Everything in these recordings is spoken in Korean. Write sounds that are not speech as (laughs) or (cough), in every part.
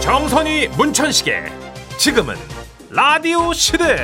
정선이 문천식의 지금은 라디오 시대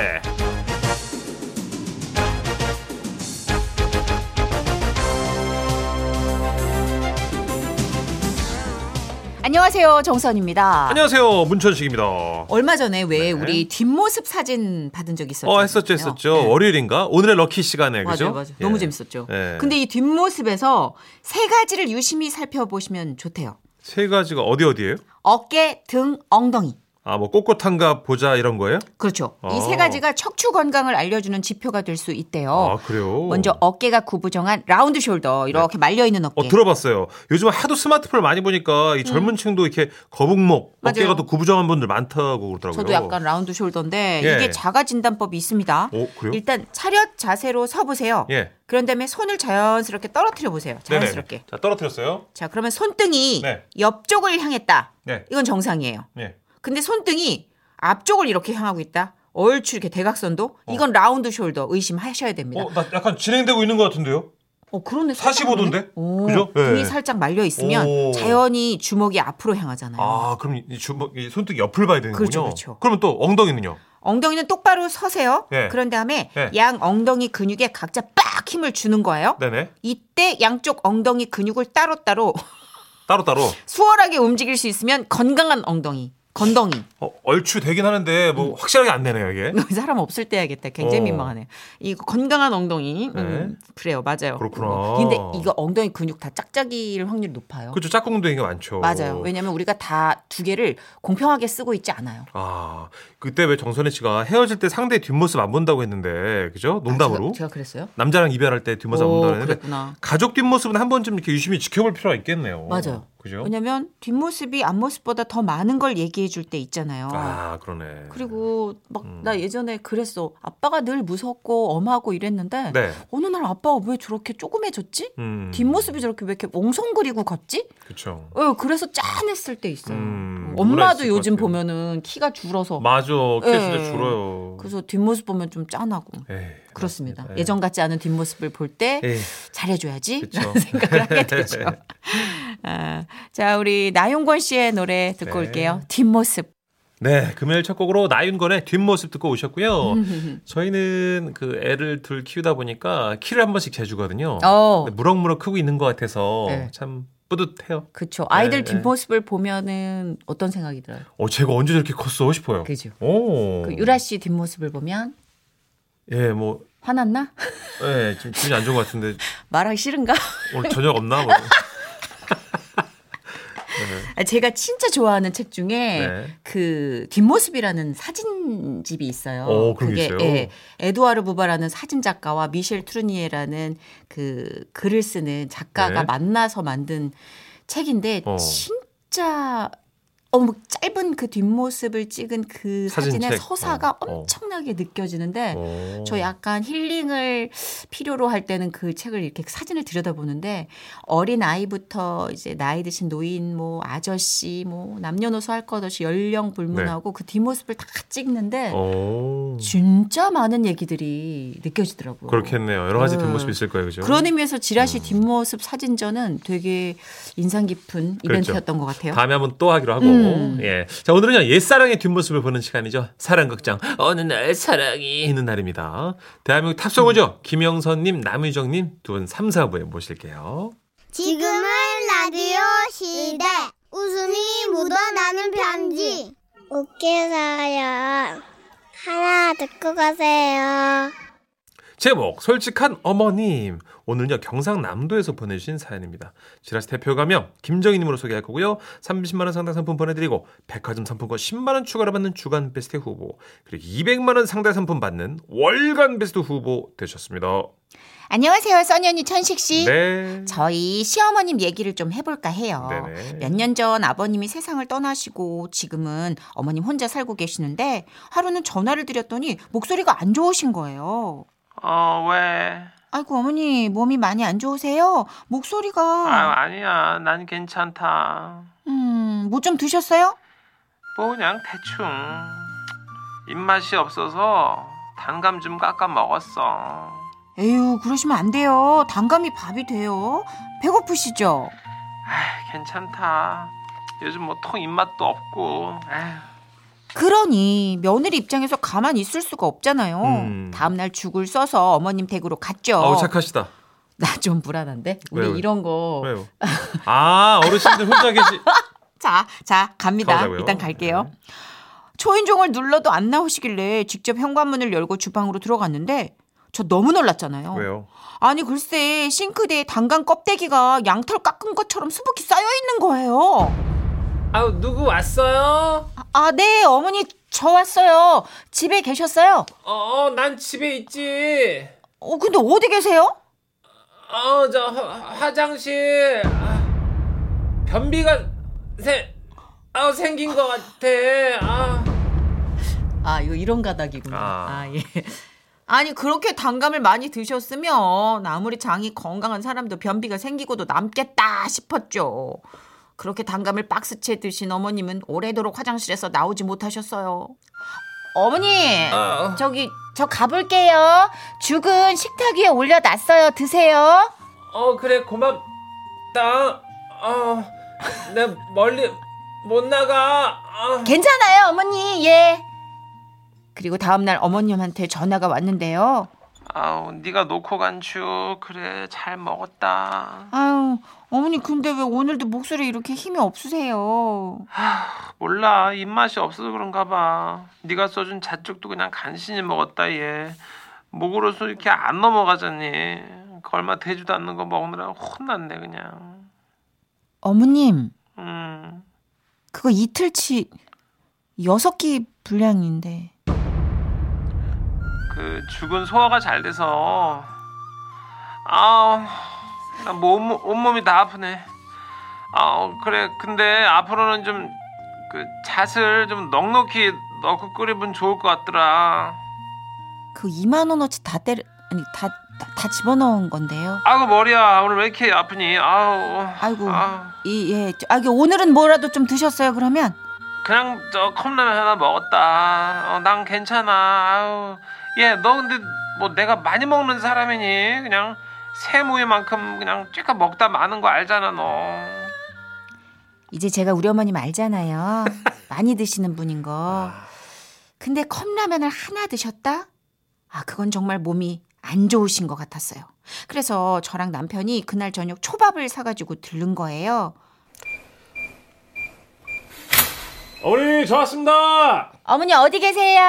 안녕하세요 정선입니다. 안녕하세요 문천식입니다 어 얼마 전에 왜 네. 어, 우리 뒷모습 사진 받은 적 있었죠? 했었죠 했었죠 월요일인가 오늘의 럭키 시간에 네. 맞아요, 그죠 맞아요. 예. 너무 재밌었죠. 예. 근데 이 뒷모습에서 세 가지를 유심히 살펴보시면 좋대요. 세 가지가 어디 어디예요 어깨, 등, 엉덩이. 아 뭐 꼿꼿한가 보자 이런 거예요 그렇죠. 이 어. 세 가지가 척추 건강을 알려주는 지표가 될 수 있대요. 아 그래요 어, 먼저 예. 어깨가 구부정한 라운드 숄더 이렇게 말려 있는 어깨. 어 들어봤어요. 요즘 하도 스마트폰을 많이 보니까 이 젊은층도 이렇게 거북목 음. 맞아요. 어깨가 또 구부정한 분들 많다고 그러더라고요. 저도 약간 라운드 숄더인데 예. 이게 자가 진단법이 있습니다. 오, 어, 그래요? 일단 차렷 자세로 서 보세요. 예. 그런 다음에 손을 자연스럽게 떨어뜨려 보세요. 네네. 자연스럽게. 자 떨어뜨렸어요. 자, 그러면 손등이 네. 옆쪽을 향했다. 네. 이건 정상이에요. 예. 근데 손등이 앞쪽을 이렇게 향하고 있다. 얼추 이렇게 대각선도 이건 라운드 숄더 의심하셔야 됩니다. 어. 어나 약간 진행되고 있는 것 같은데요. 어, 그러네. 45 도인데? 오, 그죠? 예. 등이 살짝 말려 있으면 오. 자연히 주먹이 앞으로 향하잖아요. 아 그럼 이 주먹 이 손등 옆을 봐야 되는군요. 그렇죠, 그렇죠. 러면또 엉덩이는요. 엉덩이는 똑바로 서세요. 예. 그런 다음에 예. 양 엉덩이 근육에 각자 빡 힘을 주는 거예요. 네네. 이때 양쪽 엉덩이 근육을 따로따로 따로 따로. 수월하게 움직일 수 있으면 건강한 엉덩이, 건덩이. (laughs) 어, 얼추 되긴 하는데 음. 뭐 확실하게 안 되네요 이게. 사람 없을 때 해야겠다. 굉장히 어. 네. 민망하네. 이 건강한 엉덩이. 음, 그래요. 맞아요. 그렇구나. 어, 근데 이거 엉덩이 근육 다 짝짝이일 확률이 높아요. 그렇죠 짝꿍둥이가 많죠. 맞아요. 왜냐면 우리가 다 두 개를 공평하게 쓰고 있지 않아요. 아 그때 왜 정선혜 씨가 헤어질 때 상대 뒷모습 안 본다고 했는데 그죠 농담으로 아, 제가, 제가 그랬어요? 남자랑 이별할 때 뒷모습 안 오, 본다고 했는데 그랬구나. 가족 뒷모습은 한 번쯤 이렇게 유심히 지켜볼 필요가 있겠네요. 맞아요. 그죠? 왜냐면 뒷모습이 앞모습보다 더 많은 걸 얘기해 줄 때 있잖아요. 아 음. 그러네. 그리고 막 나 예전에 그랬어. 아빠가 늘 무섭고 엄하고 이랬는데 네. 어느 날 아빠가 왜 저렇게 조그매졌지? 음, 뒷모습이 저렇게 왜 이렇게 옹성거리고 걷지? 그렇죠. 어, 그래서 짠했을 때 있어요. 음, 엄마도 누나 있을 요즘 것 같아요. 보면은 키가 줄어서 맞아. 키가 진짜 예. 줄어요. 예. 그래서 뒷모습 보면 좀 짠하고 에이, 그렇습니다. 맞습니다. 예전 같지 않은 뒷모습을 볼 때 에이, 잘해줘야지 예. 그쵸. 예. 라는 (laughs) 생각을 (laughs) 하게 되죠. 아, 자 우리 나용권 씨의 노래 듣고 네. 올게요. 뒷모습. 네, 금요일 첫 곡으로 나윤건의 뒷모습 듣고 오셨고요. 음. 저희는 그 애를 둘 키우다 보니까 키를 한 번씩 재주거든요. (laughs) 어. 근데 무럭무럭 크고 있는 것 같아서 네. 참 뿌듯해요. 그쵸. 네, 아이들 네. 뒷모습을 보면은 어떤 생각이 들어요? 어, 제가 언제 저렇게 컸어 싶어요. 어. 그죠. 오. 그 유라 씨 뒷모습을 보면 예, 뭐, 화났나? (laughs) 예, 지금 기분이 안 좋은 것 같은데 말하기 싫은가? (laughs) 오늘 저녁 없나? 뭐. 아, 제가 진짜 좋아하는 책 중에 네. 그 뒷모습이라는 사진집이 있어요. 어, 그런 게 있어요? 예, 에두아르 부바라는 사진 작가와 미셸 트루니에라는 그 글을 쓰는 작가가 네. 만나서 만든 책인데 어. 진짜 어머 짧은 그 뒷모습을 찍은 그 사진책. 사진의 서사가 어, 어. 엄청나게 느껴지는데 오. 네. 저 약간 힐링을 필요로 할 때는 그 책을 이렇게 사진을 들여다보는데 어린 아이부터 이제 나이 드신 노인 뭐 아저씨 뭐 남녀노소 할 것 없이 연령 네. 불문하고 그 뒷모습을 다 찍는데 어. 오. 진짜 많은 얘기들이 느껴지더라고요. 그렇겠네요. 음. 여러 가지 네. 뒷모습 있을 거예요, 그죠? 런 의미에서 지라 씨 뒷모습 사진전은 되게 인상 깊은 이벤트였던 것 같아요. 그렇죠. 다음에 한번 또 하기로 하고. 음. 예. 자, 오늘은요, 옛사랑의 뒷모습을 보는 시간이죠. 사랑극장. 어느 날 사랑이 있는 날입니다. 대한민국 음. 탑성우죠. 김영선님, 남유정님 두 분 3, 4부에 모실게요. 지금은 라디오 시대. 웃음이 묻어나는 편지. 웃겨서요. 하나 듣고 가세요. 제목, 솔직한 어머님. 오늘은요, 경상남도에서 보내주신 사연입니다. 지라시 대표 가명, 김정희님으로 소개할 거고요. 30만원 상당 상품 보내드리고, 백화점 상품권 10만원 추가로 받는 주간 베스트 후보, 그리고 200만원 상당 상품 받는 월간 베스트 후보 되셨습니다. 안녕하세요, 써니언니 천식 씨. 네. 저희 시어머님 얘기를 좀 해볼까 해요. 네네. 몇 년 전 아버님이 세상을 떠나시고 지금은 어머님 혼자 살고 계시는데 하루는 전화를 드렸더니 목소리가 안 좋으신 거예요. 어, 왜? 아이고 어머니 몸이 많이 안 좋으세요? 아유, 목소리가 아니야. 난 괜찮다. 음뭐 좀 드셨어요? 뭐, 그냥 대충. 입맛이 없어서 단감 좀 깎아 먹었어. 에휴 그러시면 안 돼요. 단감이 밥이 돼요. 배고프시죠? 아이, 괜찮다. 요즘 뭐 통 입맛도 없고. 에휴. 그러니 며느리 입장에서 가만히 있을 수가 없잖아요. 음. 다음날 죽을 써서 어머님 댁으로 갔죠. 어우 착하시다. 나 좀 불안한데? 우리 왜요? 이런 거. 왜요? 아 어르신들 혼자 계시. (laughs) 자, 자, 갑니다. 가자고요. 네. 일단 갈게요. 초인종을 눌러도 안 나오시길래 직접 현관문을 열고 주방으로 들어갔는데 저 너무 놀랐잖아요. 왜요? 아니 글쎄 싱크대에 당간 껍데기가 양털 깎은 것처럼 수북히 쌓여 있는 거예요. 아우 누구 왔어요? 아, 네, 어머니 저 왔어요. 집에 계셨어요? 어, 난 집에 있지. 어, 근데 어디 계세요? 어, 저 화- 화장실. 아, 변비가 생, 아 생긴 것 같아. 아. 아, 이거 이런 가닥이구나. 아. 아, 예. 아니, 그렇게 단감을 많이 드셨으면 아무리 장이 건강한 사람도 변비가 생기고도 남겠다 싶었죠. 그렇게 단감을 박스채 드신 어머님은 오래도록 화장실에서 나오지 못하셨어요. 어머니, 아. 저기 저 가볼게요. 죽은 식탁 위에 올려놨어요. 드세요. 어 그래 고맙다 어, 내 멀리 못 나가 아, 괜찮아요, 어머니. 예. 그리고 다음 날 어머님한테 전화가 왔는데요. 아우 네가 놓고 간 죽 그래 잘 먹었다. 아유, 어머니 근데 왜 오늘도 목소리 이렇게 힘이 없으세요? 몰라 입맛이 없어서 그런가 봐. 네가 써준 잣죽도 그냥 간신히 먹었다 얘. 목으로서 이렇게 안 넘어가자니. 그 얼마 되지도 않는 거 먹느라 혼났네 그냥. 어머님, 음. 그거 이틀치 여섯 끼 분량인데. 그 죽은 소화가 잘 돼서 아우 나 뭐 온몸, 온몸이 다 아프네 아우 그래 근데 앞으로는 좀 그 잣을 좀 넉넉히 넣고 끓이면 좋을 것 같더라 그 2만 원어치 다 때려 아니 다 다 집어넣은 건데요. 아그 머리야 오늘 왜 이렇게 아프니 아우 아이고. 아우. 이 예. 저- 아, 이게 오늘은 뭐라도 좀 드셨어요, 그러면? 그냥 저 컵라면 하나 먹었다 어, 난 괜찮아 아우 예, 얘너 근데 뭐 내가 많이 먹는 사람이니 그냥 새 무이만큼 그냥 쬐까 먹다 마는 거 알잖아 너 이제 제가 우리 어머님 (laughs) 알잖아요. 많이 드시는 분인 거. 아. 근데 컵라면을 하나 드셨다? 아, 그건 정말 몸이 안 좋으신 것 같았어요. 그래서 저랑 남편이 그날 저녁 초밥을 사가지고 들른 거예요. 어머니 저 왔습니다. 어머니 어디 계세요?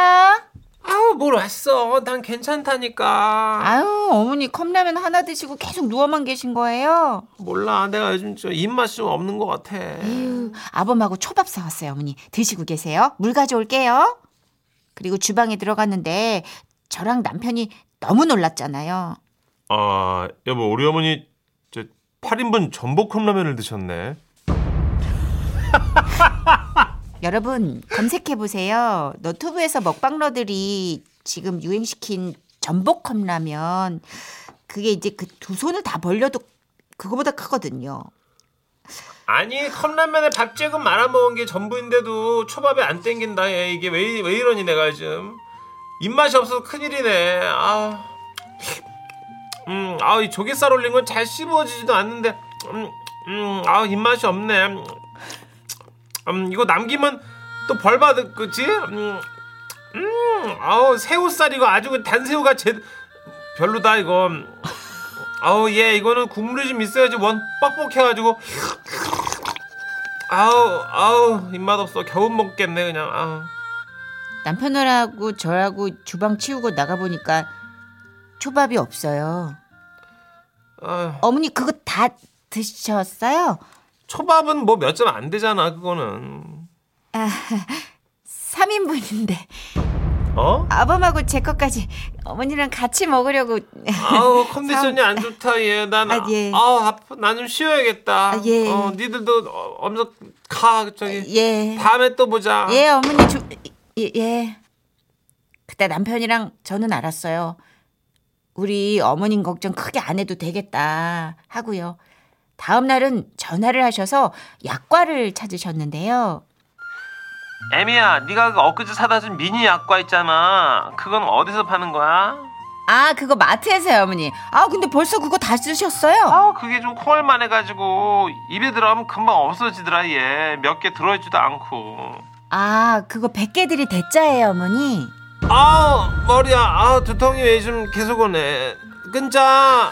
아우 뭘 왔어 난 괜찮다니까 아유, 어머니 컵라면 하나 드시고 계속 누워만 계신 거예요. 몰라 내가 요즘 좀 입맛이 좀 없는 것 같아 에휴, 아범하고 초밥 사왔어요, 어머니. 드시고 계세요. 물 가져올게요. 그리고 주방에 들어갔는데 저랑 남편이 너무 놀랐잖아요. 아 여보 우리 어머니 저 8인분 전복 컵라면을 드셨네. 여러분 검색해 보세요. 너튜브에서 먹방러들이 지금 유행시킨 전복 컵라면 그게 이제 그 두 손을 다 벌려도 그거보다 크거든요. 아니 컵라면에 밥 조금 말아 먹은 게 전부인데도 초밥에 안 땡긴다 얘 이게 왜, 왜 이러니 내가 요즘 입맛이 없어서 큰일이네 아, 음, 아, 이 조개살 올린 건 잘 씹어지지도 않는데 음, 음, 아 입맛이 없네 음, 이거 남기면 또 벌 받을 거지 음, 음, 아우 새우살 이거 아주 그 단새우가 제 별로다 이거 음, 아우 얘 이거는 국물이 좀 있어야지 원 뻑뻑해가지고 아우 아우 입맛 없어 겨우 먹겠네 그냥 아우 남편하고 저하고 주방 치우고 나가 보니까 초밥이 없어요. 아휴. 어머니 그거 다 드셨어요? 초밥은 뭐 몇 점 안 되잖아 그거는 아, 3인분인데 어 아범하고 제 것까지 어머니랑 같이 먹으려고 아우 컨디션이 안 좋다 얘난 아, 예. 아우 아프 나좀 쉬어야겠다 아, 예. 어 네. 니들도 어, 엄청 가 저기 예. 밤에 또 보자 예, 어머니 주, 예, 예. 그때 남편이랑 저는 알았어요. 우리 어머님 걱정 크게 안 해도 되겠다 하고요. 다음 날은 전화를 하셔서 약과를 찾으셨는데요. 애미야 네가 그 엊그제 사다 준 미니 약과 있잖아 그건 어디서 파는 거야? 아, 그거 마트에서요, 어머니. 아, 근데 벌써 그거 다 쓰셨어요? 아 그게 좀 콩알만 해가지고 입에 들어가면 금방 없어지더라 얘 몇 개 들어있지도 않고 아, 그거 100개들이 대짜예요, 어머니. 아 머리야 아 두통이 왜 좀 계속 오네 끊자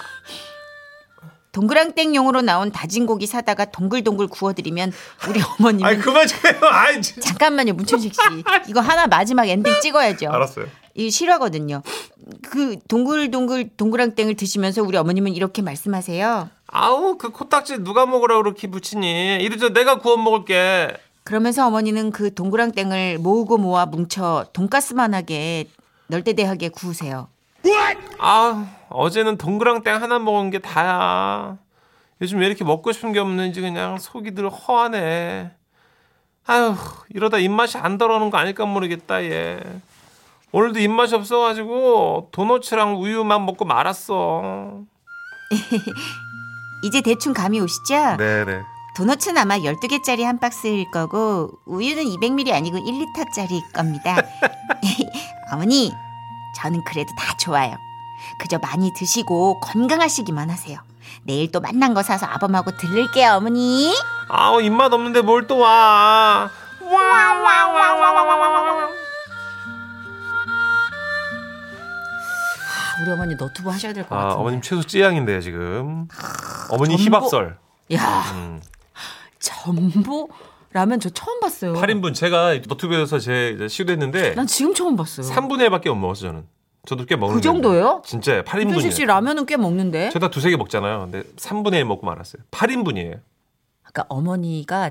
동그랑땡용으로 나온 다진 고기 사다가 동글동글 구워드리면 우리 어머님 아이 그만 해요. 아이 진짜. 잠깐만요 문춘식 씨 이거 하나 마지막 (laughs) 엔딩 찍어야죠. 알았어요. 이 실화거든요. 그 동글동글 동그랑땡을 드시면서 우리 어머님은 이렇게 말씀하세요. 아우 그 코딱지 누가 먹으라고 그렇게 붙이니 이리 저 내가 구워 먹을게 그러면서 어머니는 그 동그랑땡을 모으고 모아 뭉쳐 돈가스만하게 널대대하게 구우세요. 아 어제는 동그랑땡 하나 먹은 게 다야 요즘 왜 이렇게 먹고 싶은 게 없는지 그냥 속이 늘 허하네 아휴 이러다 입맛이 안 돌아오는 거 아닐까 모르겠다 얘 오늘도 입맛이 없어가지고 도너츠랑 우유만 먹고 말았어 이제 대충 감이 오시죠? 네네. 도넛은 아마 12개짜리 한 박스일 거고 우유는 200ml 아니고 1리터짜리일 겁니다. (laughs) 어머니, 저는 그래도 다 좋아요. 그저 많이 드시고 건강하시기만 하세요. 내일 또 만난 거 사서 아범하고 들를게요, 어머니. 아우 입맛 없는데 뭘 또 와. 와와와와와와와와. 아, 우리 어머니 너튜브 하셔야 될 것 아 같은데. 어머님 최소 찌양인데요 지금. 어머니 전복. 희밥설. 야, 음. 전보 라면 저 처음 봤어요. 8인분 제가 너튜브에서 제 이제 시도했는데 난 지금 처음 봤어요. 3분의 1밖에 못 먹었어 저는. 저도 꽤 먹는. 그 정도예요? 진짜 이준식 씨 8인분이에요. 라면은 꽤 먹는데. 저다 두세 개 먹잖아요. 근데 3분의 1 먹고 말았어요. 8인분이에요. 아까 어머니가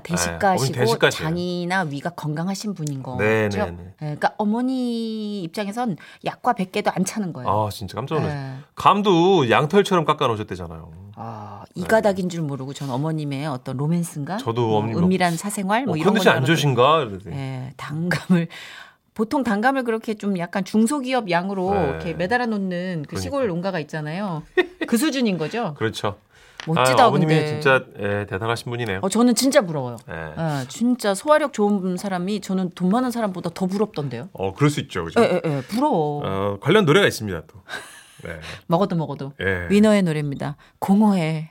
네, 어머니 대식가시고 대식가세요. 장이나 위가 건강하신 분인 거죠. 네, 네, 네. 예, 그러니까 어머니 입장에선 약과 100개도 안 차는 거예요. 아 진짜 깜짝 놀랐어요. 예. 감도 양털처럼 깎아 놓으셨대잖아요. 아, 이 가닥인 줄 모르고 전 어머님의 어떤 로맨스인가? 저도 뭐 어머님 은밀한 사생활 뭐 어, 이런 컨디션 거나 안 그런 좋으신가? 이러더니. 예, 당감을 보통 당감을 그렇게 좀 약간 중소기업 양으로 네. 이렇게 매달아 놓는 그 시골 그러니까. 농가가 있잖아요. 그 수준인 (laughs) 거죠. 그렇죠. 멋지다 아, 어머님이 근데. 진짜 예, 대단하신 분이네요. 어 저는 진짜 부러워요. 예. 예, 진짜 소화력 좋은 사람이 저는 돈 많은 사람보다 더 부럽던데요. 어 그럴 수 있죠. 그죠? 예, 예, 예, 부러워. 어, 관련 노래가 있습니다. 또. 네. 먹어도 먹어도. 예. 위너의 노래입니다. 공허해.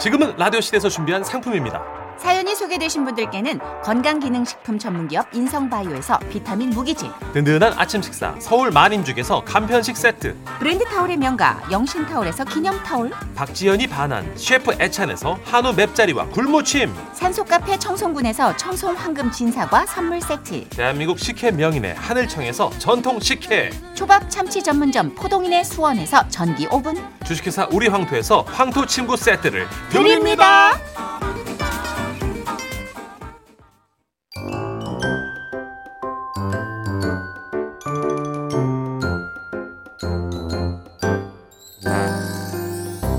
지금은 라디오 시대에서 준비한 상품입니다. 사연이 소개되신 분들께는 건강기능식품 전문기업 인성바이오에서 비타민 무기질, 든든한 아침 식사 서울 만인죽에서 간편식 세트, 브랜드 타올의 명가 영신타올에서 기념타올, 박지현이 반한 셰프 애찬에서 한우 맵자리와 굴무침, 산소카페 청송군에서 청송황금 진사과 선물 세트, 대한민국 식혜 명인의 하늘청에서 전통 식혜, 초밥 참치 전문점 포동인의 수원에서 전기 오븐 주식회사 우리 황토에서 황토 침구 세트를 드립니다. 드립니다.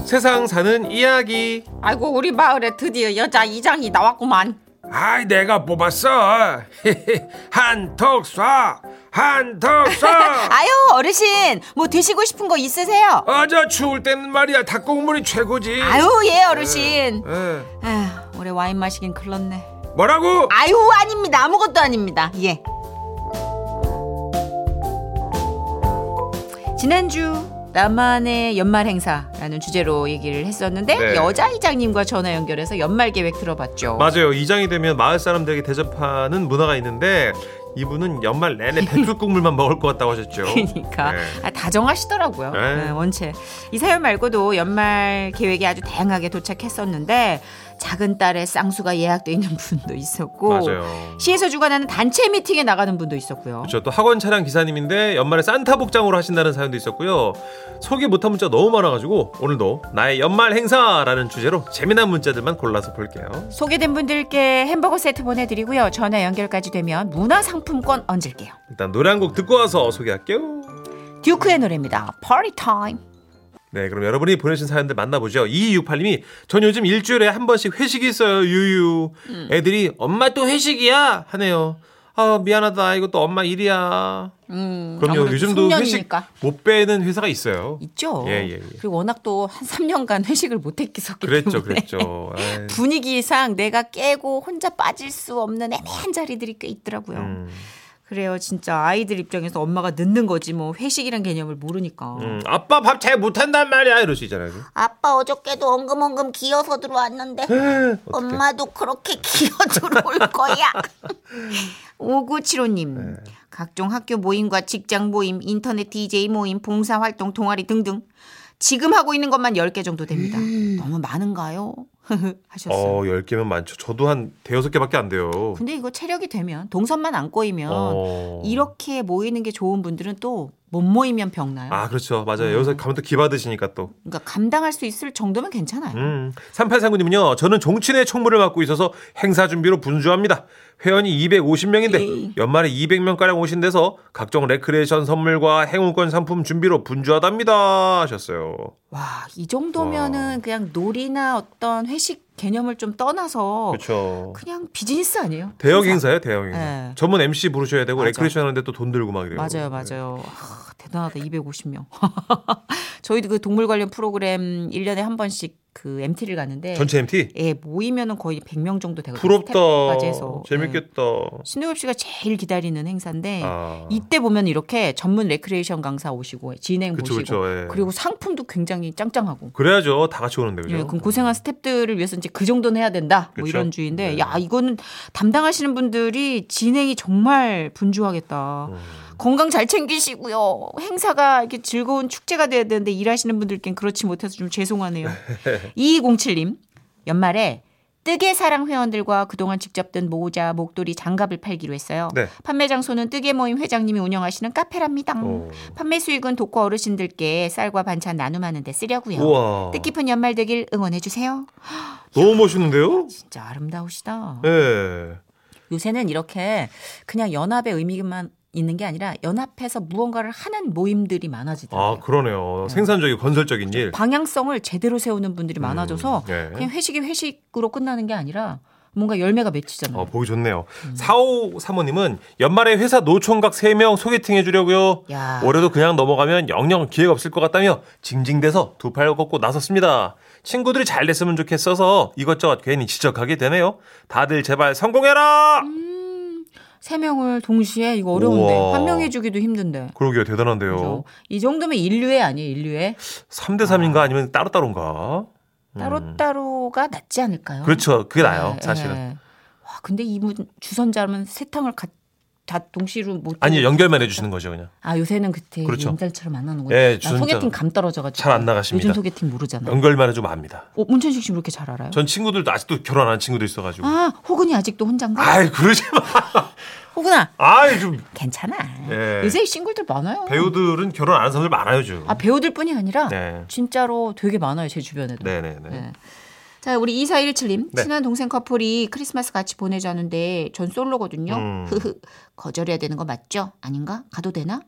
세상 사는 이야기. 아이고 우리 마을에 드디어 여자 이장이 나왔구만. 아이 내가 뽑았어 (laughs) 한턱 쏴 한턱 쏴 (laughs) 아유 어르신 뭐 드시고 싶은 거 있으세요? 어저 추울 때는 말이야 닭국물이 최고지 아유 예 어르신. 예. 에휴, 올해 와인 마시긴 글렀네. 뭐라고 아유 아닙니다 아무것도 아닙니다 예 지난주 나만의 연말 행사라는 주제로 얘기를 했었는데 네. 여자 이장님과 전화 연결해서 연말 계획 들어봤죠 맞아요. 이장이 되면 마을 사람들에게 대접하는 문화가 있는데 이분은 연말 (laughs) 내내 백숙국물만 먹을 것 같다고 하셨죠. 그러니까 네. 아, 다정하시더라고요 네. 네, 원체 이 사연 말고도 연말 계획이 아주 다양하게 도착했었는데 작은 딸의 쌍수가 예약돼 있는 (laughs) 분도 있었고 맞아요. 시에서 주관하는 단체 미팅에 나가는 분도 있었고요 그렇죠. 또 학원 차량 기사님인데 연말에 산타 복장으로 하신다는 사연도 있었고요. 소개 못한 문자 너무 많아가지고 오늘도 나의 연말 행사라는 주제로 재미난 문자들만 골라서 볼게요. 소개된 분들께 햄버거 세트 보내드리고요. 전화 연결까지 되면 문화상품권 얹을게요. 일단 노래 한 곡 듣고 와서 소개할게요. 듀크의 노래입니다. Party Time. 네, 그럼 여러분이 보내신 사연들 만나보죠. 2268님이 전 요즘 일주일에 한 번씩 회식이 있어요. 유유. 음. 애들이 엄마 또 회식이야 하네요. 아 미안하다. 이거 또 엄마 일이야. 음, 그럼요. 아무래도 요즘도 회식 숙련이니까. 못 빼는 회사가 있어요. 있죠. 예, 예, 예. 그리고 워낙 또 한 3년간 (laughs) 회식을 못 했기 때문에 그랬죠, 그랬죠. 아이, 분위기상 내가 깨고 혼자 빠질 수 없는 애매한 자리들이 꽤 있더라고요. 음. 그래요. 진짜 아이들 입장에서 엄마가 늦는 거지 뭐 회식이란 개념을 모르니까. 음, 아빠 밥 잘 못한단 말이야 이럴 수 있잖아요. 아빠 어저께도 엉금엉금 기어서 들어왔는데 엄마도 그렇게 (laughs) 기어 들어올 거야. 오구칠호님 네. 각종 학교 모임과 직장 모임, 인터넷 DJ 모임, 봉사활동 동아리 등등 지금 하고 있는 것만 10개 정도 됩니다. 너무 많은가요? (laughs) 하셨어요. 음. 어, 10개면 많죠. 저도 한 대여섯 개밖에 안 돼요. 근데 이거 체력이 되면 동선만 안 꼬이면 어. 이렇게 모이는 게 좋은 분들은 또 못 모이면 병나요. 아, 그렇죠. 음. 맞아요. 여기서 가면 또 기받으시니까 또. 그러니까 감당할 수 있을 정도면 괜찮아요. 음. 3839님은요. 저는 종친회 총무를 맡고 있어서 행사 준비로 분주합니다. 회원이 예. 250명인데 연말에 200명가량 오신 데서 각종 레크레이션 선물과 행운권 상품 준비로 분주하답니다 하셨어요. 와, 이 정도면은 그냥 놀이나 어떤 회식 개념을 좀 떠나서 그렇죠. 그냥 비즈니스 아니에요? 대형 행사예요, 대형 행사. 네. 전문 MC 부르셔야 되고 맞아. 레크레이션 하는데 또 돈 들고 막 이래요. 네. 맞아요, 맞아요. 아, 대단하다. 250명. (laughs) 저희도 그 동물 관련 프로그램 1년에 한 번씩 그 MT를 가는데 네. 전체 MT? 예, 모이면은 거의 100명 정도 되거든요. 부럽다. 스태프까지 해서. 예. 재밌겠다. 신동엽 씨가 제일 기다리는 행사인데 아. 예. 이때 보면 이렇게 전문 레크레이션 강사 오시고 진행 그쵸, 보시고 그쵸, 예. 그리고 상품도 굉장히 짱짱하고 그래야죠. 다 같이 오는데 그죠? 예, 그럼 고생한 스탭들을 위해서 이제 그 정도는 해야 된다. 뭐 그쵸? 이런 주의인데, 네. 야 이거는 담당하시는 분들이 진행이 정말 분주하겠다. 어. 건강 잘 챙기시고요. 행사가 이렇게 즐거운 축제가 돼야 되는데 일하시는 분들께는 그렇지 못해서 좀 (laughs) 죄송하네요. 2207님 연말에 뜨개 사랑 회원들과 그동안 직접 든 모자, 목도리, 장갑을 팔기로 했어요. 네. 판매 장소는 뜨개 모임 회장님이 운영하시는 카페랍니다. 오. 판매 수익은 독거 어르신들께 쌀과 반찬 나눔하는데 쓰려고요. 우와. 뜻깊은 연말 되길 응원해 주세요. 너무 멋있는데요? 진짜 아름다우시다. 예. 요새는 이렇게 그냥 연합의 의미만 있는 게 아니라 연합해서 무언가를 하는 모임들이 아, 많아지더라고요. 그러네요. 생산적이고 건설적인 일. 방향성을 제대로 세우는 분들이 많아져서 예. 그냥 회식이 회식으로 끝나는 게 아니라 뭔가 열매가 맺히잖아요. 어, 보기 좋네요. 4호 사모님은 연말에 회사 노총각 3명 소개팅 해주려고요. 야. 올해도 그냥 넘어가면 영영 기회가 없을 것 같다며 징징대서 두 팔 걷고 나섰습니다. 친구들이 잘 됐으면 좋겠어서 이것저것 괜히 지적하게 되네요. 다들 제발 성공해라! 세 명을 동시에 이거 어려운데 우와. 한 명 해주기도 힘든데. 그러게요. 그죠? 대단한데요. 이 정도면 인류애 아니에요, 인류애? 삼 3대 3인가 아니면 따로따로인가? 따로따로가 낫지 않을까요? 음. 그렇죠. 그게 나아요. 예, 사실은. 예. 와, 근데 이분 주선자면 세탕을 가, 다 동시로 못. 아니, 들고 연결만 해주시는 거죠, 그냥. 아 요새는 그때 그렇죠. 옛날처럼 안 하는구나. 예, 나 주선자- 소개팅 감 떨어져가지고 잘안 나가십니다. 요즘 소개팅 모르잖아. 연결만 해주면 압니다. 어, 문천식 씨 이렇게 잘 알아요? 전 친구들도 아직도 결혼 안 한 친구들 있어가지고. 아 호근이 아직도 혼잔가? 아이, 그러지 마. 호근아 아이, 좀. 괜찮아. 예. 요새 싱글들 많아요. 배우들은 결혼 안 한 사람들 많아요, 지금. 아 배우들뿐이 아니라 네. 진짜로 되게 많아요 제 주변에도. 네네네. 네. 자, 우리 2417님. 네. 친한 동생 커플이 크리스마스 같이 보내자는데 전 솔로거든요. 음. (laughs) 흐흐. 거절해야 되는 거 맞죠? 아닌가? 가도 되나?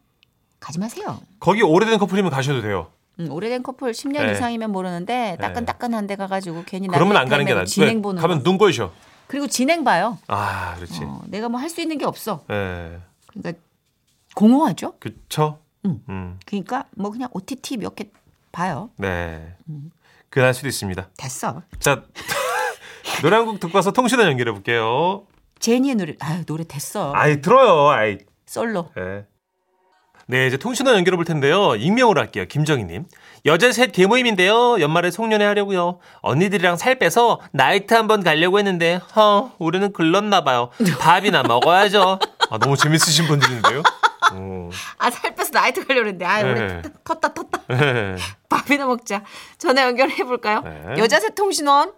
가지 마세요. 거기 오래된 커플이면 가셔도 돼요. 음, 오래된 커플 10년 네. 이상이면 모르는데 따끈따끈한 데 가가지고 괜히 그러면 난리 안 가는 게 타면 낫지. 네, 진행 보는 가면 거. 눈 꼬이셔. 그리고 진행 봐요. 아, 그렇지. 어, 내가 뭐 할 수 있는 게 없어. 예. 그러니까 공허하죠. 그쵸? 음. 음. 그러니까 뭐 그냥 OTT 몇 개 봐요. 네. 음. 그날 수도 있습니다. 됐어. 자, (laughs) 노래 한 곡 듣고 와서 통신원 연결해 볼게요. 제니의 노래 아 노래 됐어. 아이, 들어요. 아이. 솔로. 예. 네, 이제 통신원 연결해 볼 텐데요. 익명으로 할게요. 김정희님. 여자 셋 개모임인데요. 연말에 송년회 하려고요. 언니들이랑 살 빼서 나이트 한번 가려고 했는데, 허, 우리는 글렀나 봐요. 밥이나 먹어야죠. 아, 너무 재밌으신 분들인데요. 오. 아 살 빼서 나이트 가려고 했는데 아 네. 우리 텄다 텄다 텄다. 예. 밥이나 먹자. 전화 연결해 볼까요? 네. 여자세 통신원.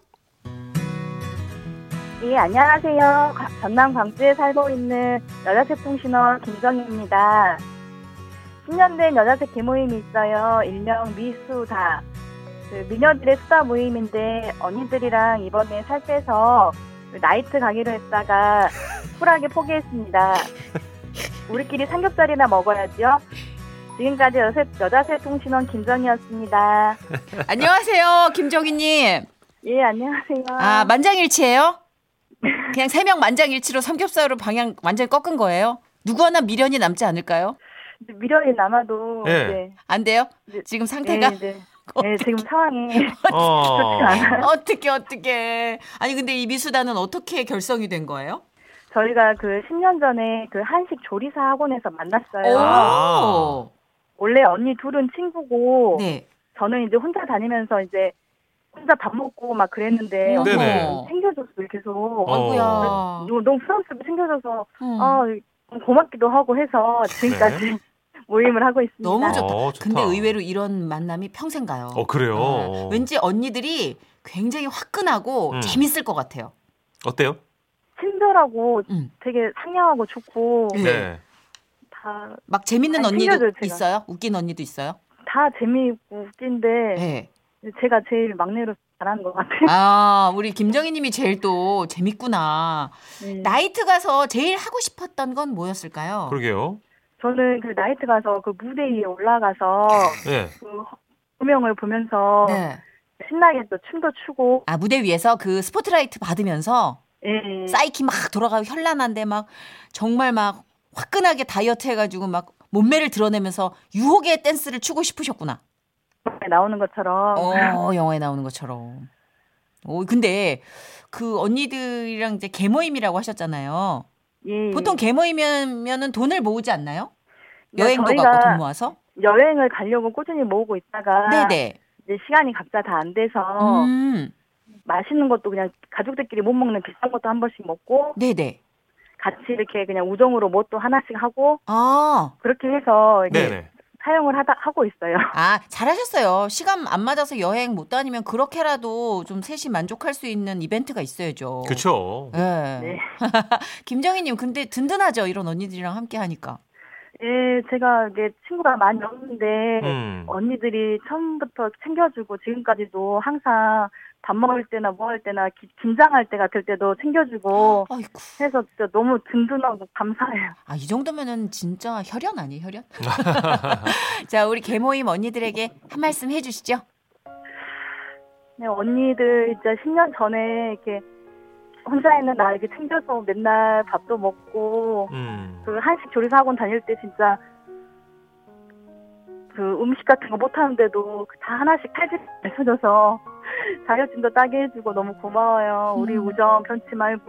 예, 안녕하세요. 가- 전남 광주에 살고 있는 여자색 통신원 김정희입니다. 10년 된 여자색 개모임이 있어요. 일명 미수다. 그 미녀들의 수다 모임인데 언니들이랑 이번에 살 빼서 나이트 가기로 했다가 쿨하게 포기했습니다. 우리끼리 삼겹살이나 먹어야지요. 지금까지 여자, 여자색 통신원 김정희였습니다. 안녕하세요, 김정희님. 예, 안녕하세요. 아 만장일치예요? 그냥 세 명 만장일치로 삼겹살로 방향 완전히 꺾은 거예요? 누구 하나 미련이 남지 않을까요? 미련이 남아도 예. 네. 안 돼요? 네. 지금 상태가 (laughs) 네, 네. 네, 지금 상황이 어. 어떻게 어떻게? 아니 근데 이 미수단은 어떻게 결성이 된 거예요? 저희가 그 10년 전에 그 한식 조리사 학원에서 만났어요. 아. 오. 원래 언니 둘은 친구고 네. 저는 이제 혼자 다니면서 이제 혼자 밥 먹고 막 그랬는데 어머. 네네. 어머. 챙겨줬어요 계속 어. 아이고야. 너무, 너무 부담스럽게 챙겨줘서 음. 아 고맙기도 하고 해서 지금까지 모임을 하고 있습니다. 너무 좋다. 네. 어, 좋다. 근데 의외로 이런 만남이 평생 가요. 어 그래요. 어, 왠지 언니들이 굉장히 화끈하고 음. 재밌을 것 같아요. 어때요? 친절하고 음. 되게 상냥하고 좋고 네. 다, 막 재밌는 아, 언니도 챙겨줘요, 제가. 있어요? 웃긴 언니도 있어요? 다 재미있고 웃긴데 (laughs) 네. 제가 제일 막내로 잘하는 것 같아요. 아, 우리 김정희 님이 제일 또 재밌구나. 네. 나이트 가서 제일 하고 싶었던 건 뭐였을까요? 그러게요. 저는 그 나이트 가서 그 무대 위에 올라가서 예. 그 조명을 보면서 네. 신나게 또 춤도 추고 아, 무대 위에서 그 스포트라이트 받으면서 예. 사이키 막 돌아가고 현란한데 막 정말 막 화끈하게 다이어트 해가지고 막 몸매를 드러내면서 유혹의 댄스를 추고 싶으셨구나. 나오는 것처럼 어, 영화에 나오는 것처럼. 오, 근데 그 언니들이랑 이제 개모임이라고 하셨잖아요. 예. 보통 개모임이면은 돈을 모으지 않나요? 뭐 여행도 저희가 가고 돈 모아서? 여행을 가려고 꾸준히 모으고 있다가 네네. 이제 시간이 각자 다 안 돼서 음, 맛있는 것도 그냥 가족들끼리 못 먹는 비싼 것도 한 번씩 먹고 네네. 같이 이렇게 그냥 우정으로 뭐 또 하나씩 하고 아, 그렇게 해서 이렇게 네네. 사용을 하다 하고 있어요. (laughs) 아, 잘하셨어요. 시간 안 맞아서 여행 못 다니면 그렇게라도 좀 셋이 만족할 수 있는 이벤트가 있어야죠. 그렇죠. 예. 네. (laughs) 김정희님, 근데 든든하죠? 이런 언니들이랑 함께 하니까. 예, 제가 이게 친구가 많이 없는데 네. 음. 어. 언니들이 처음부터 챙겨주고 지금까지도 항상 밥 먹을 때나 뭐 할 때나 기- 긴장할 때가 될 때도 챙겨주고 아이고. 해서 진짜 너무 든든하고 감사해요. 아, 이 정도면은 진짜 혈연 (laughs) 아니에요, 혈연? 자, 우리 개모임 언니들에게 한 말씀 해주시죠. 네, 언니들 진짜 10년 전에 이렇게 혼자 있는 나 이렇게 챙겨서 맨날 밥도 먹고 음. 그 한식 조리사 학원 다닐 때 진짜 그 음식 같은 거 못 하는데도 그 다 하나씩 칼질 해줘서 (laughs) 자격증도 따게 해주고 너무 고마워요. 우리 음. 우정 변치 말고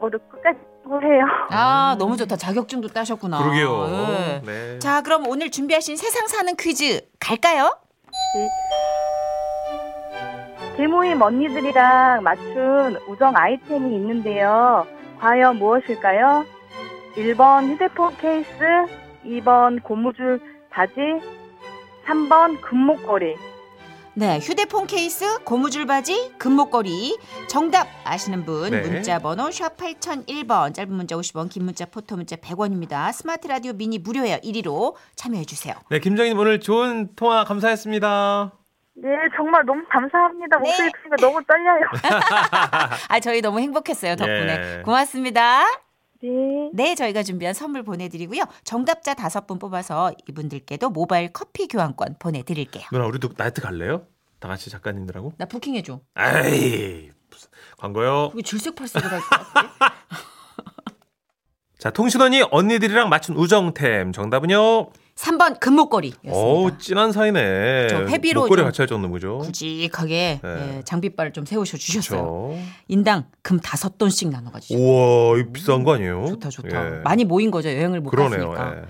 모두 끝까지 해요. (laughs) 아, 너무 좋다. 자격증도 따셨구나. 그러게요. 예. 네. 아, 자, 그럼 오늘 준비하신 세상 사는 퀴즈 갈까요? 개모임 언니들이랑 맞춘 우정 아이템이 있는데요. 과연 무엇일까요? 1번 휴대폰 케이스, 2번 고무줄 바지, 3번 금목걸이. 네, 휴대폰 케이스, 고무줄 바지, 금목걸이. 정답 아시는 분 네. 문자 번호 샵 8001번. 짧은 문자 50원, 긴 문자 포토 문자 100원입니다. 스마트 라디오 미니 무료예요. 1위로 참여해 주세요. 네, 김정희님 오늘 좋은 통화 감사했습니다. 네, 정말 너무 감사합니다. 네. 목소리 크니까 너무 떨려요. 아, 저희 너무 행복했어요. 덕분에. 예. 고맙습니다. 네. 네, 저희가 준비한 선물 보내드리고요. 정답자 다섯 분 뽑아서 이분들께도 모바일 커피 교환권 보내드릴게요. 누나 우리도 나이트 갈래요? 다 같이 작가님들하고? 나 부킹해줘. 에이 무슨 광고요. 왜 질색팔색을 할 거야? (laughs) 자 통신원이 언니들이랑 맞춘 우정템 정답은요. 3번 금목걸이였습니다. 어우 찐한 사이네. 저 회비로 목걸이 좀- 같이 하셨는 거죠? 굵직하게 네. 예, 장비빨을 좀 세우셔 주셨어요. 그렇죠. 음. 인당 금 다섯 돈씩 나눠가 주죠. 우와 이 비싼 거 아니에요? 좋다 좋다. 예. 많이 모인 거죠 여행을 못 그러네요. 갔으니까. 예.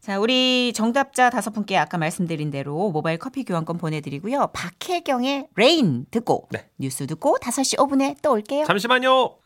자 우리 정답자 다섯 분께 아까 말씀드린 대로 모바일 커피 교환권 보내드리고요. 박혜경의 레인 듣고 네. 뉴스 듣고 5시 5분에 또 올게요. 예. 잠시만요.